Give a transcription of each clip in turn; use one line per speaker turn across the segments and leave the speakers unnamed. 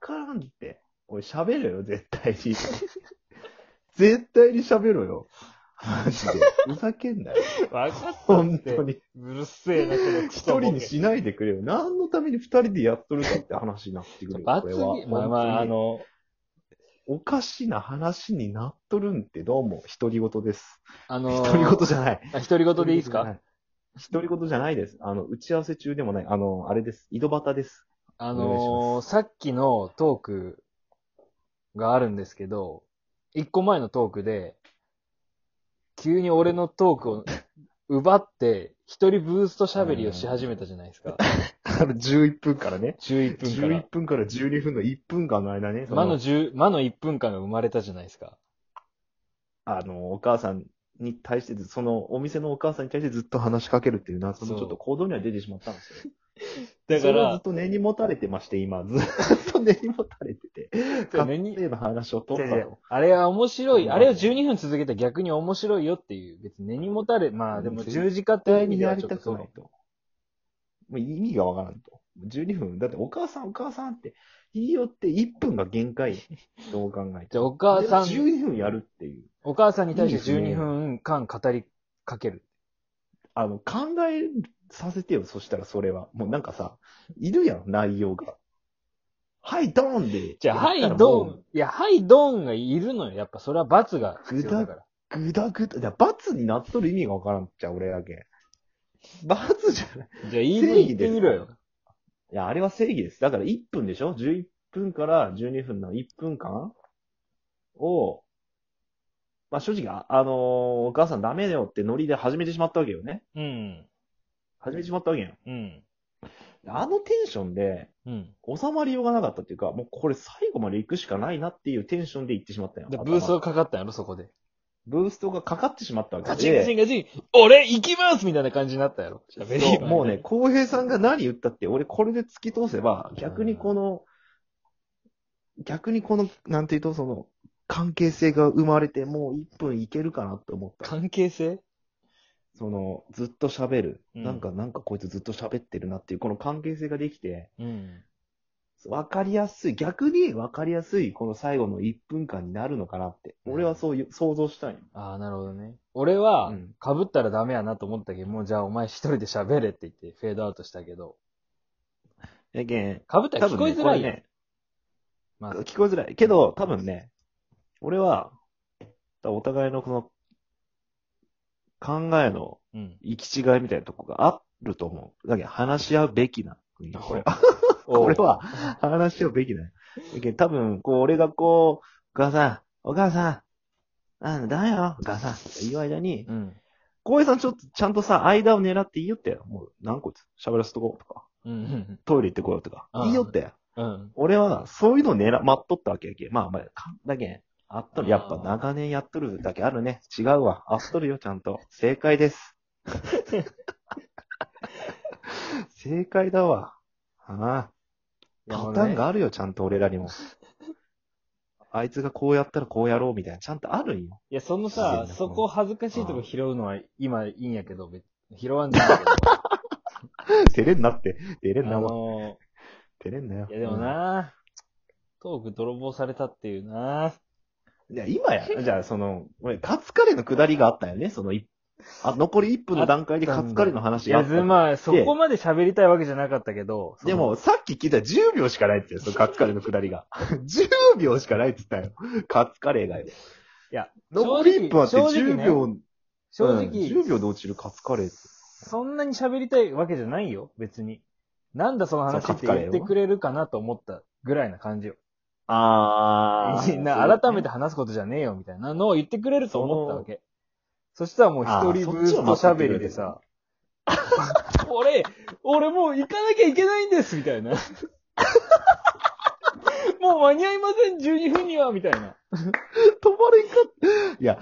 からんって。おい、喋れよ、絶対に。 絶対に喋ろよ。マジで。ふざけんなよ。
わかったっ
本
て
当。に。
うるせえな、このク
一
ソボケ
人にしないでくれよ。何のために二人でやっとるのって話になってくるよ。
罰
これ
ゲー
は。
ムまあまあ、
本
あ
当に
の、
おかしな話になっとるんってどうも、独り言です。
あの
独り言じゃない。
あ独り言でいいですか
独り言じゃないです。あの、打ち合わせ中でもない。あの、あれです。井戸端です。
あ
お願いし
の
ま
さっきのトークがあるんですけど、一個前のトークで、急に俺のトーク を奪って、一人ブースト喋りをし始めたじゃない ですか。
あの、11分からね。
11分か
11
ら。
分から12分の1分間の間ね、そ
魔の
の、
10、魔の1分間が生まれたじゃないですか。
あの、お母さんに対してず、その、お店のお母さんに対してずっと話しかけるっていう謎
そ
の
う
ちょっと行動には出てしまったんですよ。
だ
そ
か
れはずっ
ら、
と根に持たれてまして、今。ずっと根に持たれてて。
根に
家庭の話を取
い
っ
やい
た
や
と。
あれは面白い。あれを12分続けたら逆に面白いよっていう。別に根に持たれ、まあでも十字架っ
絶
ていう意
対
味
に
で
や
は
り
ちょったと
く
そ
な
の
いと。もう意味がわからんと。12分。だってお母さんお母さんって言いよって1分が限界。どう考え
じ
て
ゃあ
も。
お母さん、
で12分やるっていう。
お母さんに対して
いいですね
12分間語りかける。
あの、考えさせてよ、そしたらそれは。もうなんかさ、いるやん、内容が。はい、ドーンで。
じゃあ、は
やった
い、
ら
ド
も
ン。いや、はい、ドンがいるのよ。やっぱ、それは罰が必要だから。
う。ぐだぐだ。じゃあ、罰になっとる意味がわからんじゃん、俺だけ。罰じゃない。
じゃあ、言い抜いて
正
み
義
ろ
です
よ。
いや、あれは正義です。だから1分でしょ ?11 分から12分の1分間を、まあ正直、ああのーお母さんダメだよってノリで始めてしまったわけよね。
うん。
始めてしまったわけやん。
うん。
あのテンションで、
うん。
収まりようがなかったっていうか、もうこれ最後まで行くしかないなっていうテンションで行ってしまったよ。
で、ブースト
頭
がかかったんやろ、そこで。
ブーストがかかってしまったわけ
ガチンガチ
で。
ンガチン、俺行きますみたいな感じになったやろ。喋り
そうもうね、浩平さんが何言ったって、俺これで突き通せば、逆にこの、逆にこの、なんていうと、その、関係性が生まれて、もう1分いけるかなって思った。
関係性
その、ずっと喋る。
うん
なんか、なんかこいつずっと喋ってるなっていう、この関係性ができて、
うん。
わかりやすい、逆にわかりやすい、この最後の1分間になるのかなって。俺はそういう、想像したい。
ああ、なるほどね。俺は
うん、
被ったらダメやなと思ったけど、もうじゃあお前一人で喋れって言ってフェードアウトしたけど、
やけん、
被ったら聞こえづら
多
い
分
やん。
ね
ま
こ
あ
れね聞こえづらい。けど、多分ね、俺は、お互いのこの、考えの
うん。
行き違いみたいなとこがあると思う。だけど、話し合うべきな 国。これは、
おう
これは、話し合うべきだよ。だけど多分、こう、俺がこう、お母さん、お母さん、あ、だよ、お母さん、って言う間に、
うん。
浩平さんちょっとちゃんとさ、間を狙っていいよって。もう、何個喋らせとこうとか、
うんうん。
トイレ行ってこようとか
う。ん
いいよって。
うん。
俺は、そういうのを狙、待っとったわけやけ。まあまあ、かだけんあっと
あ
る。
ー
やっぱ長年やっとるだけあるね。違うわ。あっとるよ、ちゃんと。正解 です。正解だわ。ああ。パターンがあるよ、ちゃんと俺らにも。あいつがこうやったらこうやろうみたいな、ちゃんとあるんよ。
いや、その
自然
さ、
なこの
そこ恥ずかしいとこ拾うのは今いいんやけど、別に拾わんじゃ んけど。
照れんなって。照れん
あ
な、お前
の
照れんなよ。
ー、いやでもな、トーク泥棒されたっていうな。
じゃあ今や、じゃあその、俺カツカレーの下りがあったよね、そのい、あ、残り1分の段階でカツカレーの
い
話や
や、
った。
ずまあ、そこまで喋りたいわけじゃなかったけど、その
で、も、さっき聞いたら10秒しかないって言ったよ、そのカツカレーの下りが。10秒しかないって言ったよ、カツカレーがよ。
いや、
残り1分あって
正直
10秒、
正
うん
直、
10秒で落ちるカツカレーって。
そんなに喋りたいわけじゃないよ、別に。なんだその話
そう
って言っ
カツカレ
て
ーを
くれるかなと思ったぐらいな感じよ。
あ
いやな改めて話すことじゃねえよ、みたいなのを言ってくれると思ったわけ。そしたらもう一人ブースト喋りでさ、 俺、俺もう行かなきゃいけないんです、み たいな。もう間に合いません、12分には、みたいな。
止まれんかいや、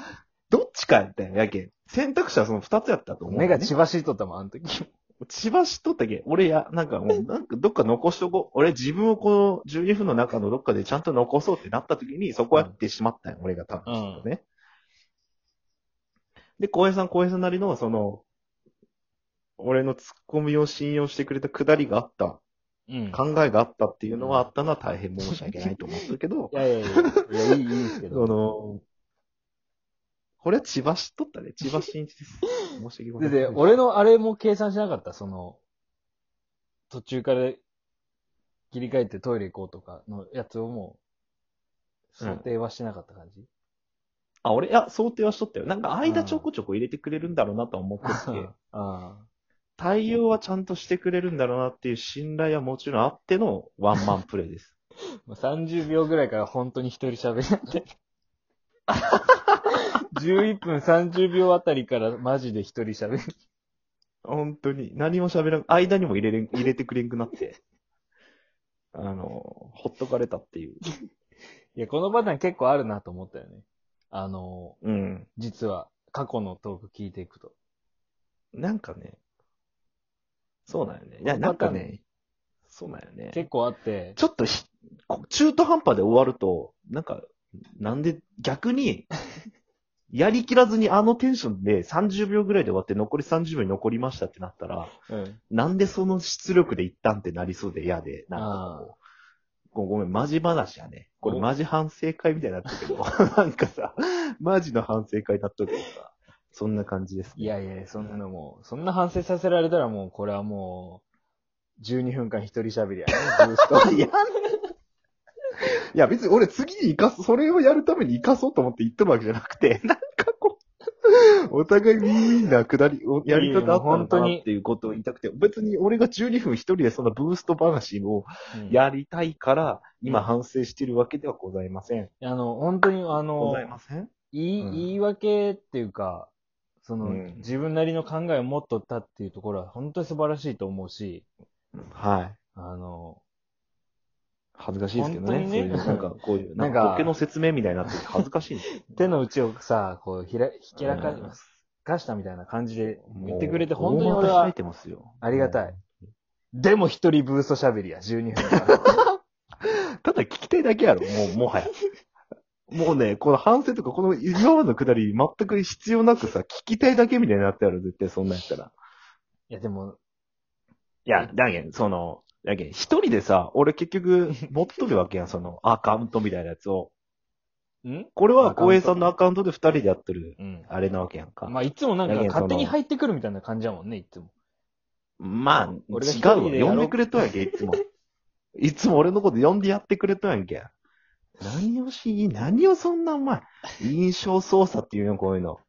どっちかやったよ、やけん。選択肢はその2つやったと思う、
目が血走っとったもん、あの時。
千葉市とったっけ俺や、なんかもう、なんかどっか残しとこう。俺自分をこの12分の中のどっかでちゃんと残そうってなった時に、そこやってしまったよ、俺が多分
うん
きっとね。で、小平さん、小平さんなりの、その、俺の突っ込みを信用してくれたくだりがあった
うん。
考えがあったっていうのはあったのは大変申し訳ないと思ってるけど
い、やいやいや、いやいい、いいですけ
あ
ど。
の、これは千葉市とったね。千葉新一です。申し訳ございませ
で、
ん。
で、俺のあれも計算しなかった、その、途中から切り替えてトイレ行こうとかのやつをもう、想定はしてなかった感じ、
あ、俺、いや、想定はしとったよ。なんか間ちょこちょこ入れてくれるんだろうなとは思って
あ
て、
あ
対応はちゃんとしてくれるんだろうなっていう信頼はもちろんあってのワンマンプレイです。
まあ30秒ぐらいから本当に一人喋りなって。11分30秒あたりからマジで一人喋る。
本当に。何も喋らん、間にも入 れれん、入れてくれんくなって。あの、ほっとかれたっていう。
いや、このパターン結構あるなと思ったよね。あの、
うん。
実は過去のトーク聞いていくと。
なんかね、そうなんよね。いや、なんか
わか
ね、そうなんよね。
結構あって、
ちょっとひ、こ中途半端で終わると、なんか、なんで、逆 に、やりきらずにあのテンションで30秒ぐらいで終わって残り30秒に残りましたってなったら、
うん。
なんでその出力で一旦ってなりそうで嫌で、なんかこうごごめん、マジ話やね。これ
お
マジ反省会みたいになったけど、 なんかさ、マジの反省会になっとるけどさ、そんな感じです、ね。
いやいや、そんなのもう、そんな反省させられたらもう、これはもう、12分間一人喋りやね、ブース ト。
いや、いや別に俺次に生かす、それをやるために生かそうと思って言ってるわけじゃなく て、なんかこう、お互い無意味なくだり、おやり方あったのかなっていうことを言いたくて、別に俺が12分一人でそんなブースト話を
うん、
やりたいから、今反省してるわけではございません。
あの、本当に、あの、
せん
言い、
うん
言い訳っていうか、その、
うん
自分なりの考えを持っとったっていうところは、本当に素晴らしいと思うし、
はい。
あの、
恥ずかしいですけどね。
本当にね
そういうなんかこういう、
な
なんん
か
かボケの説明みたいになってて恥ずかしいんですよ。
手の内をさ、こう、ひら、ひけらか
うん
かしたみたいな感じで
もう
言ってくれて、本当に
大股
俺
開、
はい
てますよ
ありがたい。でも一人ブースト喋りや、12分間。
ただ聞きたいだけやろ、もう、 もはや。もうね、この反省とか、この今までのくだり、全く必要なくさ、聞きたいだけみたいになってやろ、絶対そんなんやったら。
いや、でも、
いや、だけん、その、だけん、一人でさ、俺結局、持っとるわけやん、その、アカウントみたいなやつを。
ん
これは、光栄さんのアカウントで二人でやってる、
うん。
あれなわけやんか。
まあ、いつもなんか
いやいやその
勝手に入ってくるみたいな感じだもんね、いつも。
まあ、
俺が一
違
人で
う
や
わ。
ろう
呼んでくれとんやんけ、いつ も。いつも俺のこと呼んでやってくれとんやんけ。何をし、何をそんなお前、印象操作っていうの、こういうの。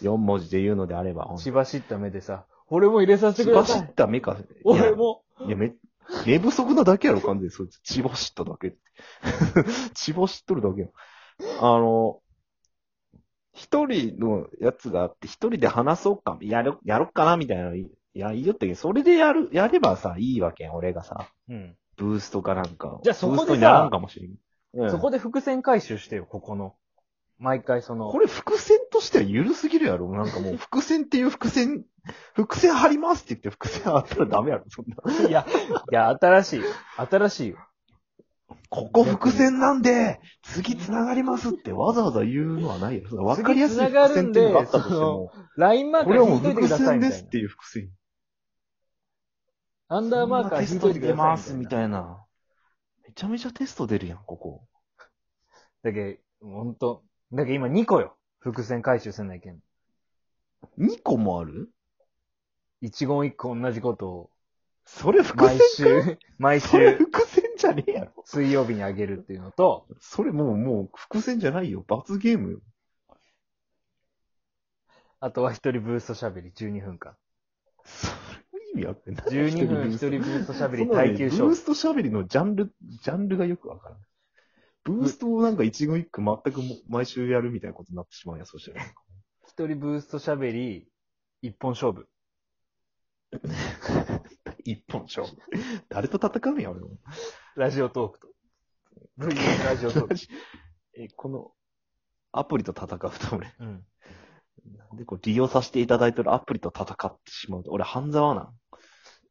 4文字で言うのであれば。ほんと
しばしった目でさ、俺も入れさせて
血
くだ
走
さ
っ
い。
た目か。
俺も。
いや。いや、め、寝不足なだけやろ、完全に。そいつ、血走っただけって。 血走っとるだけよ。あの、一人のやつがあって、一人で話そうか、やろ、やろっかな、みたいなの、いや、言いよったけど、それでやる、やればさ、いいわけん、俺がさ、
うん。
ブーストかなんかを。
じゃあそこで
ブ
さ
ーストにならんかもしれん。うん、
そこで伏線回収してよ、ここの。毎回その
こ。れ伏線としては緩すぎるやろなんかもう、伏線っていう伏線、伏線張りますって言って伏線張ったらダメやろ、そんな。
いや、いや、新しい。新しいよ。
ここ伏線なんで、次繋がりますってわざわざ言うのはないよ。そのわかりやすい伏線っていうのがあったとしても、
LINE マー
こ
カ
れは
ー
も
引
う
いといて
伏
ください
線
み
で
た
す
い
っていう伏線。
な。アンダーマーカー
テ
引
ス
いと
ト
いてく
出
ださいみたいな。
ますみたいな。めちゃめちゃテスト出るやん、ここ。
だけど、ほんと。だけど今2個よ。伏線回収せないけん。
2個もある
一言一個同じことを、
それ伏線
毎
か
週、毎
それ
週、
伏線じゃねえやろ。
水曜日にあげるっていうのと、
それもう、もう伏線じゃないよ。罰ゲームよ。
あとは一人ブースト喋り12分間。
それも意味あってない。
12分一人ブ
分
ースト喋り
そんなのね
耐久
ブ
勝
ー
負。
スト喋りのジャンル、ジャンルがよくわからない。ブーストをなんか一言一句全くも毎週やるみたいなことになってしまうやん、そしたら。
一人ブースト喋り、一本勝負。
一本勝負。誰と戦うんや、俺も。
ラジオトークと。VS ラジオト ーク。
え、この、アプリと戦うと俺、
うん。
なんでこう利用させていただいてるアプリと戦ってしまうと、俺半沢なん。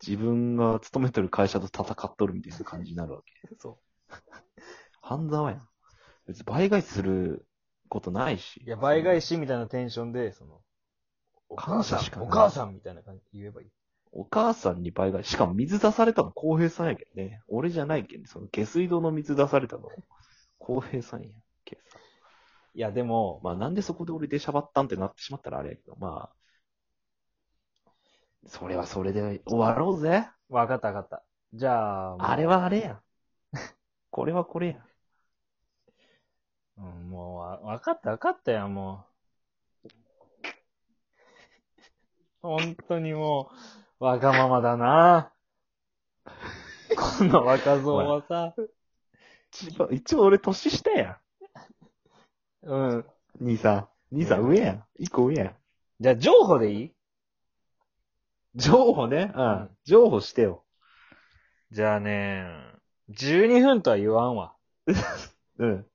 自分が勤めてる会社と戦っとるみたいな感じになるわけ。
そ
半沢やん。別に倍返しすることないし。
う。いや、倍返
し。
しみたいなテンションで、その、お母
感
さ
謝
ん
しか、ない
お母さんみたいな感じで言えばいい。
お母さんに倍返し。しかも水出されたの浩平さんやけどね。俺じゃないけん、ね、その下水道の水出されたの浩平さんやけんさ。
いや、でも、
まあなんでそこで俺出しゃばったんってなってしまったらあれやけど、まあ、それはそれで終わろうぜ。
わかったわかった。じゃあ、もう
あれ、はあれやん。これはこれやん。
うん、もうわ、わかったわかったよ、もう。本当にもう、わがままだな。こんな若造はさ、
一番、一番俺年下や
うん。
ん。兄さん。兄さん
うん
上やん。一個上やん。
じゃあ、情報でいい
情報ね。うんん。情報してよ。
じゃあね、12分とは言わんわ。
うん。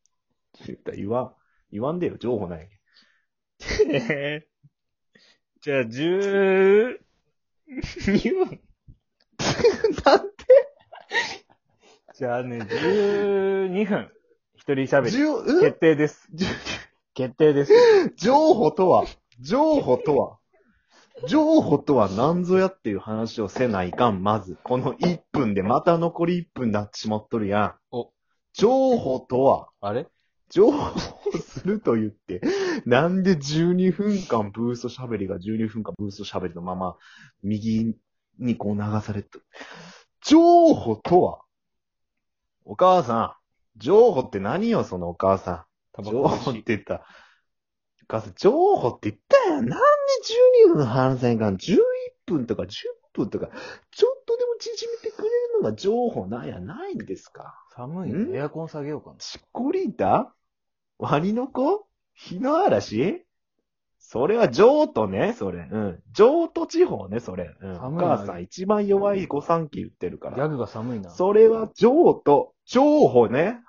言わん、言わんでよ、情報ない。
じゃあ、12 分。
なん
じゃあね、12分。一人喋り。
じゅう
決定です。決定です。
情報とは、情報とは、情報とは何ぞやっていう話をせないかん、まず。この1分で、また残り1分になってしまっとるやん。
お
情報とは、
あれ
情報すると言って、なんで12分間ブースト喋りが12分間ブースト喋りのまま、右にこう流されてる。情報とはお母さん、情報って何よ、そのお母さん。
タ
情報って言った。お母さん、情報って言ったやん。なんで12分話せんかん。11分とか10分とか、ちょっとでも縮めてくれるのが情報なんやないんですか。
寒い
ん
ね。エアコン下げようかな。
チコリータワニの子日の嵐それは上都ね、それ。うん。上都地方ね、それ。うん。お
寒いな
母さん一番弱い御三家言ってるか
ギャ
ら。
グが寒いな。
それは上都、上歩ね。